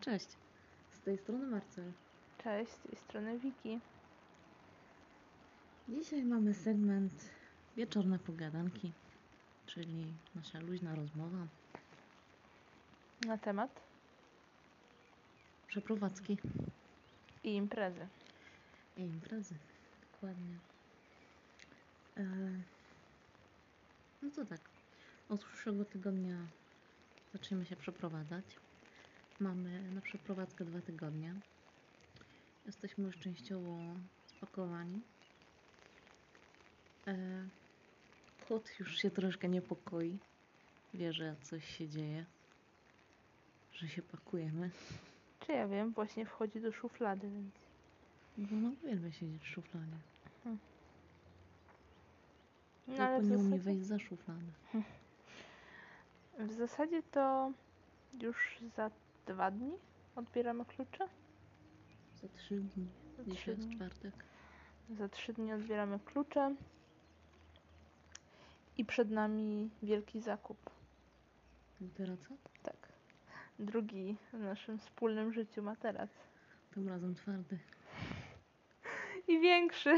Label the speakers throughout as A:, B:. A: Cześć, z tej strony Marcel.
B: Cześć, z tej strony Wiki.
A: Dzisiaj mamy segment wieczorne pogadanki, czyli nasza luźna rozmowa,
B: Na temat
A: przeprowadzki
B: i imprezy.
A: i imprezy. Dokładnie. E, no to tak, od przyszłego tygodnia zaczniemy się przeprowadzać. Mamy na przeprowadzkę dwa tygodnie. Jesteśmy już częściowo spakowani. E, Kot już się troszkę niepokoi. Wie, że coś się dzieje. Że się pakujemy.
B: Czy ja wiem, właśnie wchodzi do szuflady, więc
A: Bo
B: Mhm.
A: no uwielbia siedzieć w szufladzie.
B: no,
A: Tylko
B: ale w
A: nie umie
B: zasadzie,
A: wejść za szufladę.
B: w zasadzie to już za dwa dni odbieramy klucze.
A: Za trzy dni.
B: Za trzy
A: Dzisiaj jest
B: dni.
A: czwartek.
B: Za trzy dni odbieramy klucze. I przed nami wielki zakup.
A: Dopiero co?
B: Tak. Drugi w naszym wspólnym życiu materac.
A: Tym razem twardy.
B: I większy.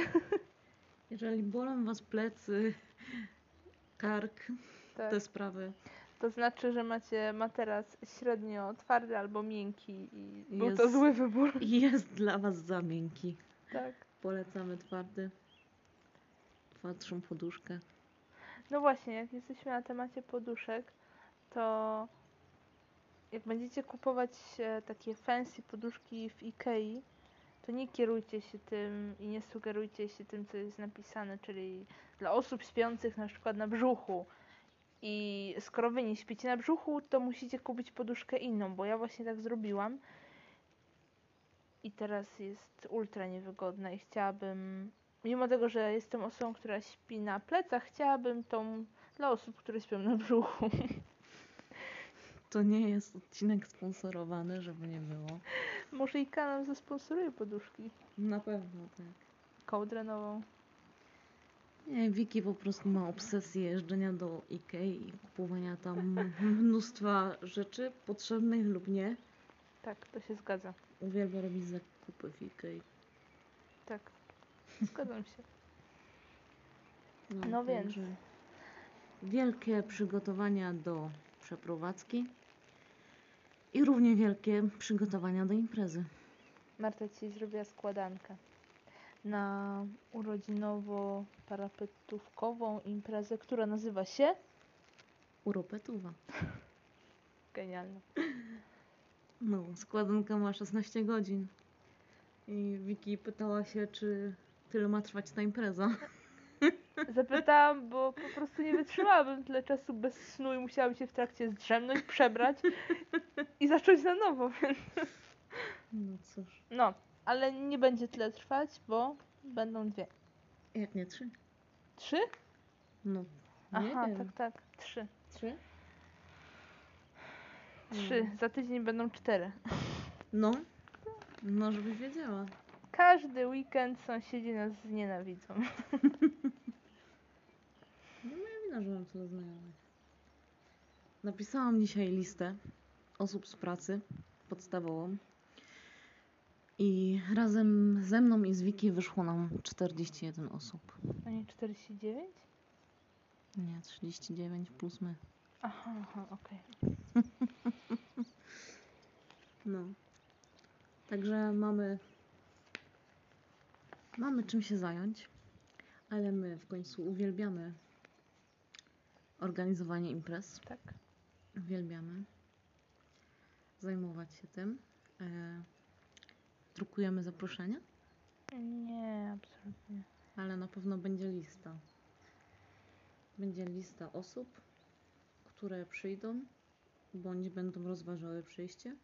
A: Jeżeli bolą was plecy, kark,
B: Tak.
A: te sprawy,
B: To znaczy, że macie materac średnio twardy albo miękki i był to
A: Jest.
B: zły wybór.
A: jest dla was za miękki.
B: Tak.
A: Polecamy twardy. Twardszą poduszkę.
B: No właśnie, jak jesteśmy na temacie poduszek, to jak będziecie kupować e, takie fancy poduszki w Ikei, to nie kierujcie się tym i nie sugerujcie się tym, co jest napisane, czyli dla osób śpiących na przykład na brzuchu. I skoro wy nie śpicie na brzuchu, to musicie kupić poduszkę inną, bo ja właśnie tak zrobiłam. I teraz jest ultra niewygodna i chciałabym mimo tego, że jestem osobą, która śpi na plecach, chciałabym tą dla osób, które śpią na brzuchu.
A: To nie jest odcinek sponsorowany, żeby nie było.
B: Może i kanał zasponsoruje poduszki
A: Na pewno tak.
B: kołdrę nową.
A: Nie, Wiki po prostu ma obsesję jeżdżenia do Ikei i kupowania tam mnóstwa rzeczy potrzebnych lub nie.
B: Tak, to się zgadza.
A: Uwielbia robić zakupy w Ikei.
B: Tak, zgadzam się. No
A: także
B: więc.
A: Wielkie przygotowania do przeprowadzki i równie wielkie przygotowania do imprezy.
B: Marta ci zrobiła składankę na urodzinowo-parapetówkową imprezę, która nazywa się...
A: Uropetuwa.
B: Genialna.
A: No, składanka ma 16 godzin. I Wiki pytała się, czy tyle ma trwać ta impreza.
B: Zapytałam, bo po prostu nie wytrzymałabym tyle czasu bez snu i musiałam się w trakcie zdrzemnąć, przebrać i zacząć na nowo, więc...
A: No cóż,
B: No, ale nie będzie tyle trwać, bo będą dwie.
A: jak nie trzy?
B: Trzy?
A: No, nie
B: Aha,
A: wiem.
B: tak, tak. Trzy.
A: Trzy?
B: Trzy. Za tydzień będą cztery.
A: No, no żebyś wiedziała.
B: Każdy weekend sąsiedzi nas znienawidzą.
A: Nie moja wina, że mam tyle znajomych. Napisałam dzisiaj listę osób z pracy podstawową. I razem ze mną i z Wiki wyszło nam 41 osób.
B: A nie 49?
A: Nie, 39 plus my.
B: Aha, aha, okej.
A: No. Także mamy. Mamy czym się zająć, ale my w końcu uwielbiamy organizowanie imprez.
B: Tak.
A: Uwielbiamy zajmować się tym. E, drukujemy zaproszenia,
B: Nie, absolutnie.
A: ale na pewno będzie lista. Będzie lista osób, które przyjdą bądź będą rozważały przyjście.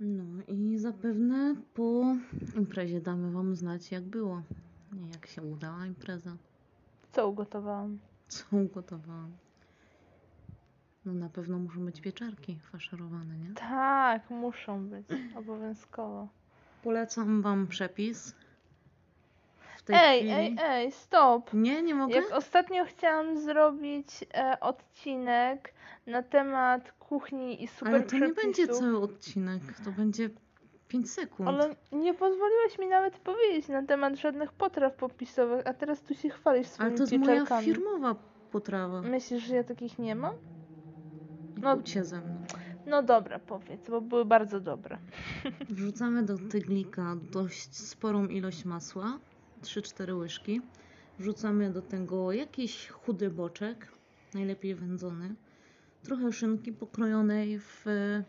A: No i zapewne po imprezie damy Wam znać, jak było. i Jak się udała impreza,
B: Co ugotowałam?
A: co ugotowałam. No na pewno muszą być pieczarki faszerowane, nie?
B: Tak, muszą być. Obowiązkowo.
A: Polecam wam przepis. W tej
B: Ej,
A: chwili.
B: ej, ej, stop!
A: Nie, nie mogę.
B: Jak ostatnio chciałam zrobić e, odcinek na temat kuchni i super
A: Ale to nie będzie
B: przepisów.
A: cały odcinek, to będzie 5 sekund.
B: Ale nie pozwoliłeś mi nawet powiedzieć na temat żadnych potraw popisowych, a teraz tu się chwalisz swoimi
A: Ale to jest moja
B: pieczarkami.
A: firmowa potrawa.
B: Myślisz, że ja takich nie mam? no-
A: No cię ze mną.
B: No dobra, powiedz, bo były bardzo dobre.
A: Wrzucamy do tyglika dość sporą ilość masła, 3-4 łyżki. Wrzucamy do tego jakiś chudy boczek, najlepiej wędzony. Trochę szynki pokrojonej w e,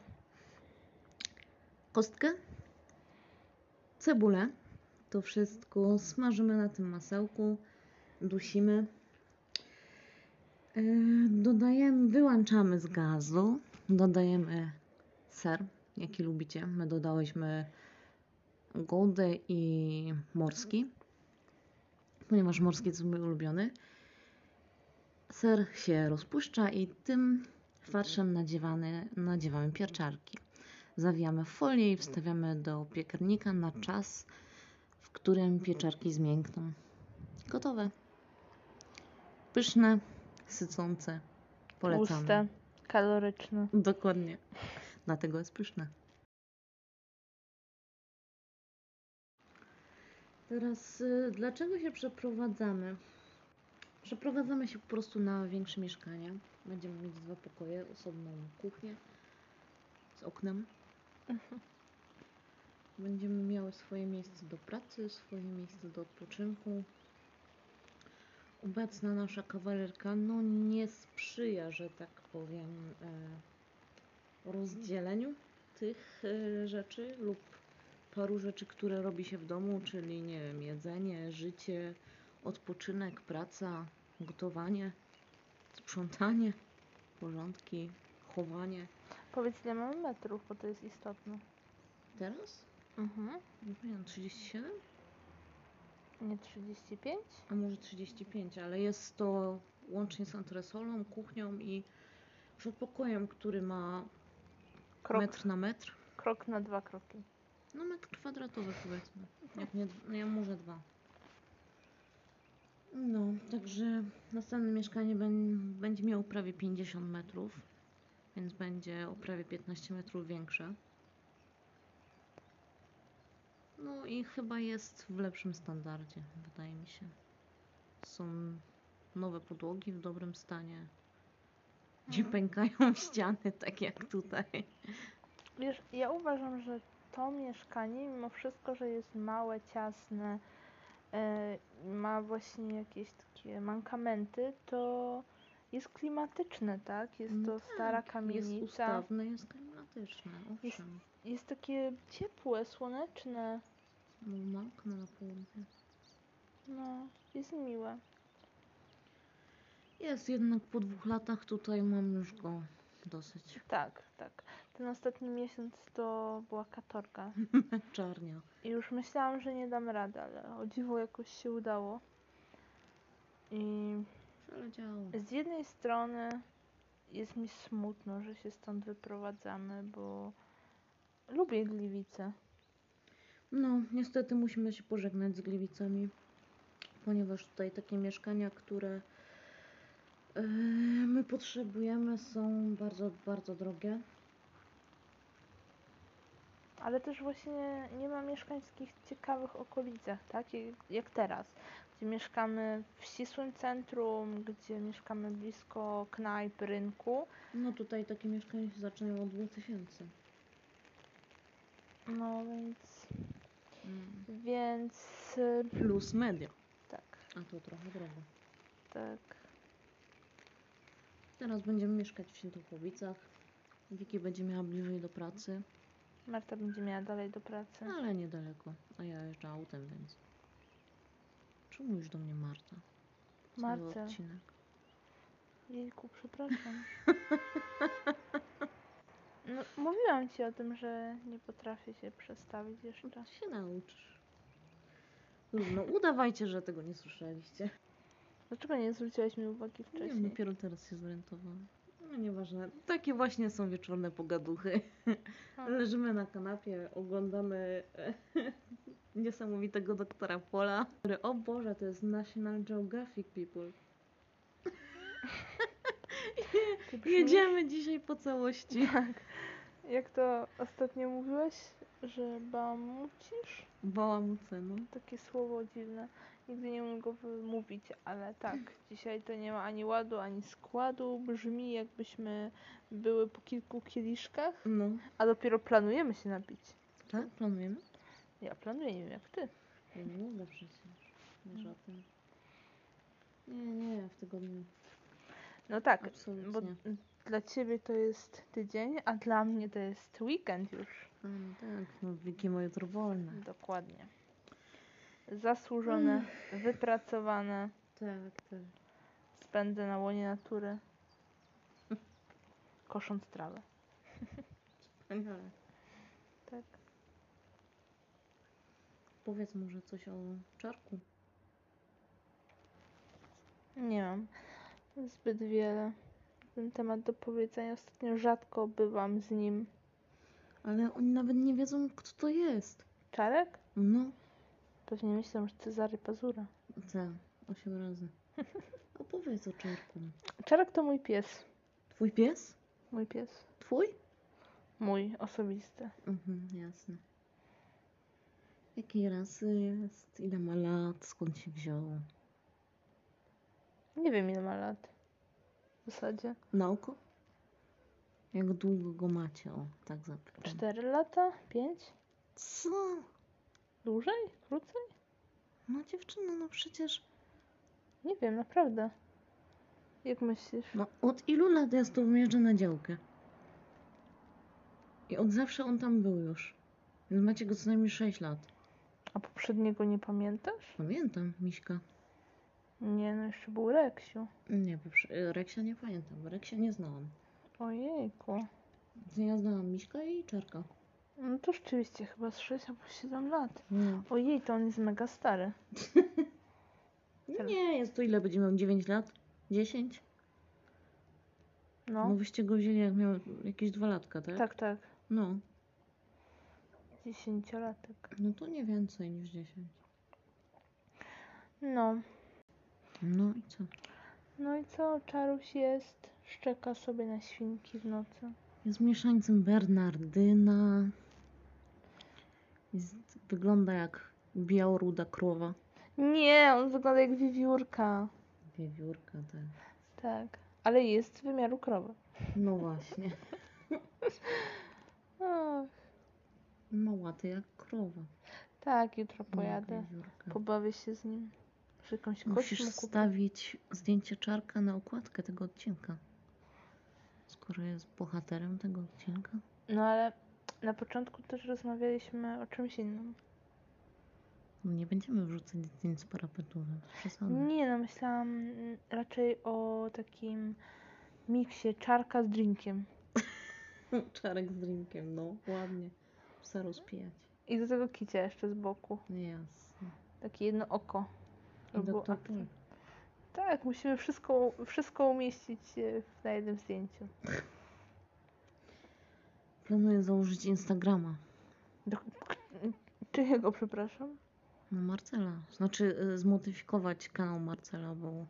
A: kostkę. Cebulę. To wszystko smażymy na tym masełku, dusimy. E, Dodajemy, wyłączamy z gazu, dodajemy ser, jaki lubicie. My dodałyśmy goldę i morski, ponieważ morski jest mój ulubiony. Ser się rozpuszcza i tym farszem nadziewany, nadziewamy pieczarki. Zawijamy w folię i wstawiamy do piekarnika na czas, w którym pieczarki zmiękną. Gotowe. Pyszne, sycące. Polecamy.
B: Puste, kaloryczne.
A: Dokładnie. Dlatego jest pyszne. Teraz y, dlaczego się przeprowadzamy? Przeprowadzamy się po prostu na większe mieszkanie. Będziemy mieć dwa pokoje, osobną kuchnię z oknem. Mhm. Będziemy miały swoje miejsce do pracy, swoje miejsce do odpoczynku. Obecna nasza kawalerka no nie sprzyja, że tak powiem, e, rozdzieleniu tych e, rzeczy lub paru rzeczy, które robi się w domu, czyli nie wiem, jedzenie, życie, odpoczynek, praca, gotowanie, sprzątanie, porządki, chowanie.
B: Powiedz, ile mamy metrów, bo to jest istotne.
A: Teraz?
B: Mhm.
A: Nie wiem, 37?
B: Nie 35?
A: a może 35, ale jest to łącznie z antresolą, kuchnią i przedpokojem, który ma
B: Krok,
A: metr na metr.
B: krok na dwa kroki.
A: No metr kwadratowy powiedzmy. Jak nie, d- no ja może dwa. No, także następne mieszkanie bę- będzie miało prawie 50 metrów, więc będzie o prawie 15 metrów większe. No i chyba jest w lepszym standardzie, wydaje mi się. Są nowe podłogi w dobrym stanie. Nie pękają ściany tak jak tutaj.
B: Wiesz, ja uważam, że to mieszkanie, mimo wszystko, że jest małe, ciasne, yy, ma właśnie jakieś takie mankamenty, to jest klimatyczne, tak? Jest
A: No
B: to stara kamienica.
A: Jest ustawne, jest klimatyczne, owszem.
B: jest takie ciepłe, słoneczne.
A: No, ma okno na południe.
B: No, jest miłe.
A: Jest jednak po dwóch latach tutaj mam już go dosyć.
B: Tak, tak. Ten ostatni miesiąc to była katorga.
A: Czarnia.
B: I już myślałam, że nie dam rady, ale o dziwo jakoś się udało. I
A: Przeleciało.
B: Z jednej strony jest mi smutno, że się stąd wyprowadzamy, bo lubię Gliwice.
A: No, niestety musimy się pożegnać z Gliwicami, ponieważ tutaj takie mieszkania, które yy, my potrzebujemy są bardzo, bardzo drogie.
B: Ale też właśnie nie ma mieszkań w takich ciekawych okolicach, tak? Jak, jak teraz, gdzie mieszkamy w ścisłym centrum, gdzie mieszkamy blisko knajp, rynku.
A: No tutaj takie mieszkania się zaczynają od 2000.
B: No więc,
A: Mm.
B: więc y,
A: Plus media.
B: tak,
A: A to trochę drogo.
B: tak.
A: Teraz będziemy mieszkać w Świętochowicach. Wiki będzie miała bliżej do pracy,
B: Marta będzie miała dalej do pracy.
A: ale niedaleko. A ja jeżdżę autem, więc. Czemu mówisz do mnie Marta? Cały
B: Marta,
A: Odcinek.
B: Jejku, przepraszam. No, mówiłam ci o tym, że nie potrafię się przestawić
A: No
B: jeszcze.
A: to się nauczysz. No, udawajcie, że tego nie słyszeliście.
B: Dlaczego nie zwróciłaś mi uwagi
A: Nie no wiem,
B: wcześniej?
A: dopiero teraz się zorientowałam. No nieważne. Takie właśnie są wieczorne pogaduchy.
B: A,
A: Leżymy na kanapie, oglądamy e, niesamowitego doktora Pola, który, o Boże, to jest National Geographic People.
B: Ty brzmisz-
A: Jedziemy dzisiaj po całości.
B: Jak to ostatnio mówiłeś, że bamucisz?
A: Bałamuce, no.
B: Takie słowo dziwne. Nigdy nie umiem go wymówić, ale tak, dzisiaj to nie ma ani ładu, ani składu. Brzmi jakbyśmy były po kilku kieliszkach,
A: No,
B: a dopiero planujemy się napić.
A: tak? Planujemy?
B: Ja planuję, nie wiem jak ty.
A: No, zawsze się. Wiesz o tym. Nie, nie, w tygodniu.
B: No tak, bo
A: Absolutnie.
B: dla ciebie to jest tydzień, a dla mnie to jest weekend już.
A: A, no tak, no, wieki moje jutro wolne.
B: Hmm. Dokładnie. Zasłużone, wypracowane,
A: Tak, tak.
B: spędzę na łonie natury. Kosząc trawę.
A: Wspaniale.
B: Tak.
A: Powiedz może coś o czarku.
B: Nie mam zbyt wiele na ten temat do powiedzenia. Ostatnio rzadko bywam z nim.
A: Ale oni nawet nie wiedzą, kto to jest.
B: Czarek?
A: No,
B: Pewnie myślę, że Cezary Pazura.
A: te, osiem razy. Opowiedz o czarku.
B: Czarek to mój pies.
A: Twój pies?
B: Mój pies.
A: Twój?
B: Mój osobisty.
A: Mhm, jasne. Jakiej rasy jest? Ile ma lat? Skąd się wziął?
B: Nie wiem ile ma lat. W zasadzie.
A: Na oko? Jak długo go macie? O, tak zapytam.
B: 4 lata? 5?
A: Co?
B: Dłużej? Krócej?
A: No dziewczyno, no przecież...
B: Nie wiem, naprawdę. Jak myślisz?
A: No od ilu lat ja z tobą jeżdżę na działkę? I od zawsze on tam był już. Więc macie go co najmniej 6 lat.
B: A poprzedniego nie pamiętasz?
A: Pamiętam, Miśka.
B: Nie, no jeszcze był Reksiu.
A: Nie, poprze- y, Reksia nie pamiętam, bo Reksia nie znałam.
B: Ojejku.
A: Ja znałam Miśka i Czarka.
B: No to rzeczywiście chyba z 6 albo 7 lat.
A: No.
B: Ojej, to on jest mega stary. Teraz-
A: No Nie, jest to ile będzie miał? 9 lat? 10? No.
B: No,
A: wyście go wzięli jak miał jakieś 2 latka, tak?
B: tak, tak.
A: No.
B: Dziesięciolatek.
A: No to nie więcej niż 10.
B: No,
A: No i co?
B: no i co? Czaruś jest. Szczeka sobie na świnki w nocy.
A: Jest mieszańcem Bernardyna. Jest, wygląda jak białoruda krowa.
B: Nie, on wygląda jak wiewiórka.
A: Wiewiórka, tak.
B: Tak. Ale jest wymiaru krowy.
A: No właśnie.
B: Ach,
A: Mała ty No jak krowa.
B: tak, jutro
A: No,
B: pojadę.
A: wiewiórka.
B: Pobawię się z nim. Że jakąś kość
A: Musisz
B: mu kupię.
A: stawić zdjęcie czarka na okładkę tego odcinka. Skoro jest bohaterem tego odcinka.
B: No ale na początku też rozmawialiśmy o czymś innym.
A: No nie będziemy wrzucać zdjęć parapetowych. Przesadne.
B: Nie, no myślałam mm, raczej o takim miksie czarka z drinkiem.
A: No, Czarek z drinkiem, no. Ładnie. Psa rozpijać.
B: I do tego kicia jeszcze z boku.
A: No Jasne.
B: Takie jedno oko. To
A: I
B: było
A: doktor
B: akcja. Tak, musimy wszystko, wszystko umieścić e, w- na jednym zdjęciu.
A: Planuję założyć Instagrama.
B: Do, k- czyjego, przepraszam?
A: No Marcela. Znaczy y, zmodyfikować kanał Marcela, bo,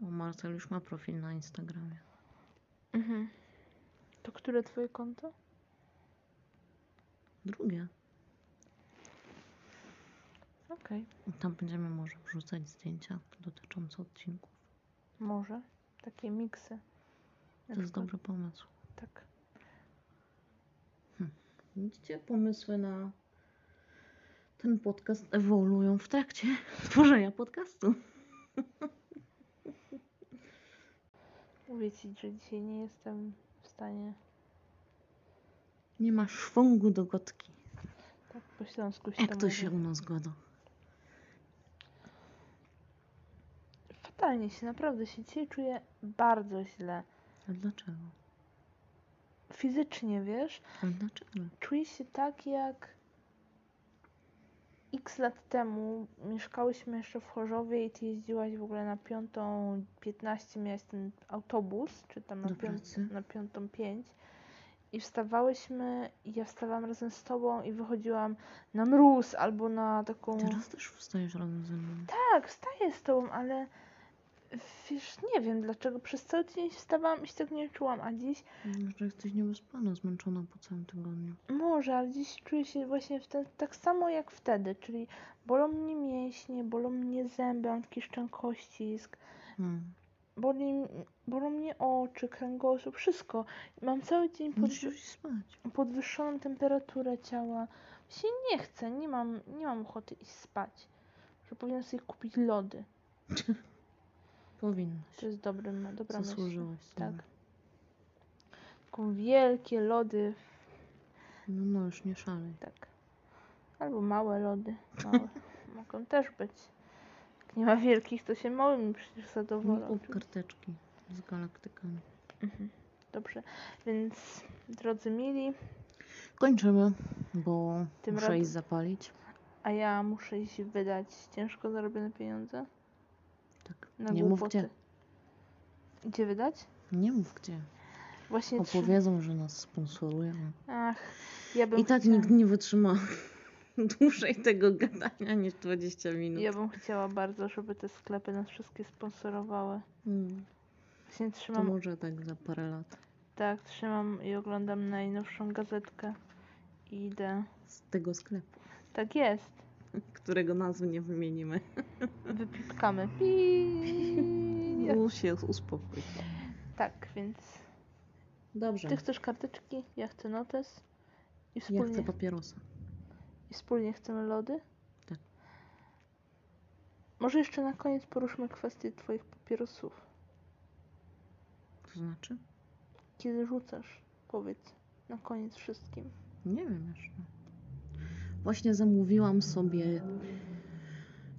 A: bo Marcel już ma profil na Instagramie.
B: Mhm. To które twoje konto?
A: Drugie.
B: Okej,
A: Tam będziemy może wrzucać zdjęcia dotyczące odcinków.
B: może. Takie miksy. Na
A: To jest
B: przykład-
A: dobry pomysł.
B: Tak.
A: Widzicie, pomysły na ten podcast ewoluują w trakcie tworzenia podcastu.
B: Mówię ci, że dzisiaj nie jestem w stanie.
A: Nie ma szwągu do gotki.
B: Tak po śląsku się
A: Jak to
B: mówi.
A: się u nas goda?
B: Fatalnie się, naprawdę się dzisiaj czuję bardzo źle.
A: A dlaczego?
B: Fizycznie, wiesz,
A: A dlaczego?
B: czuję się tak jak x lat temu mieszkałyśmy jeszcze w Chorzowie i ty jeździłaś w ogóle na piątą 15, miałaś ten autobus, czy tam na,
A: Do
B: pią-
A: pracy.
B: na piątą 5 i wstawałyśmy i ja wstawałam razem z tobą i wychodziłam na mróz albo na taką...
A: Teraz też wstajesz razem ze mną.
B: Tak, wstaję z tobą, ale Wiesz, nie wiem dlaczego. Przez cały tydzień wstawałam i się tak nie czułam, a dziś
A: Może Mm, jesteś niewyspana, zmęczona po całym tygodniu.
B: może, ale dziś czuję się właśnie w ten, tak samo jak wtedy, czyli bolą mnie mięśnie, bolą mnie zęby, mam taki szczękościsk, Mhm.
A: Hmm.
B: boli, bolą mnie oczy, kręgosłup, wszystko. Mam cały dzień pod,
A: Musisz iść spać.
B: podwyższoną temperaturę ciała. Się nie chcę, nie mam, nie mam ochoty iść spać. Że powinnam sobie kupić lody.
A: Powinnaś.
B: To jest dobry, ma- dobra myśl.
A: Zasłużyłaś sobie.
B: Tak. Taką wielkie lody,
A: No, no już nie szalej.
B: tak. Albo małe lody. Małe. Mogą też być. Jak nie ma wielkich, to się małymi przecież
A: Nie
B: zadowolą.
A: No, kup karteczki z galaktykami.
B: Mhm. Dobrze, więc drodzy mili,
A: Kończymy, bo
B: Tym
A: muszę
B: razem-
A: iść zapalić.
B: a ja muszę iść wydać ciężko zarobione pieniądze
A: Tak.
B: na
A: nie mów
B: głupoty.
A: gdzie.
B: Gdzie wydać?
A: Nie mów gdzie.
B: Właśnie trzy-
A: Opowiedzą, że nas sponsorują.
B: Ach, ja bym
A: I tak
B: chciała-
A: nikt nie wytrzyma dłużej tego gadania niż 20 minut.
B: Ja bym chciała bardzo, żeby te sklepy nas wszystkie sponsorowały.
A: Mm,
B: Właśnie
A: To
B: trzymam,
A: może tak za parę lat.
B: tak, trzymam i oglądam najnowszą gazetkę i idę.
A: Z tego sklepu,
B: Tak jest.
A: którego nazwy nie wymienimy.
B: Wypitkamy. Pi-
A: Mów się uspokój.
B: Tak, więc
A: Dobrze.
B: ty chcesz karteczki, ja chcę notes i
A: Ja
B: wspólnie,
A: chcę papierosa.
B: i wspólnie chcemy lody.
A: Tak.
B: Może jeszcze na koniec poruszmy kwestię twoich papierosów.
A: To znaczy?
B: Kiedy rzucasz? Powiedz na koniec wszystkim.
A: Nie wiem jeszcze. Właśnie zamówiłam sobie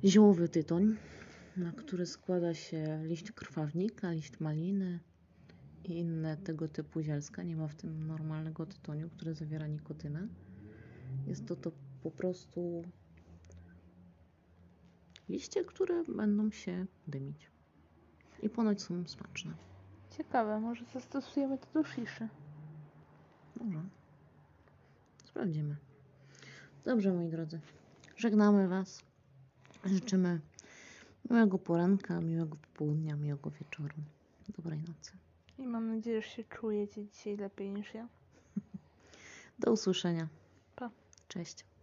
A: ziołowy tytoń, na który składa się liść krwawnika, liść maliny i inne tego typu zielska. Nie ma w tym normalnego tytoniu, który zawiera nikotynę. Jest to to po prostu liście, które będą się dymić. I ponoć są smaczne.
B: Ciekawe, może zastosujemy to do shiszy.
A: Może. Sprawdzimy. Dobrze, moi drodzy. Żegnamy Was. Życzymy miłego poranka, miłego popołudnia, miłego wieczoru. Dobrej nocy.
B: I mam nadzieję, że się czujecie dzisiaj lepiej niż ja.
A: Do usłyszenia.
B: Pa.
A: Cześć.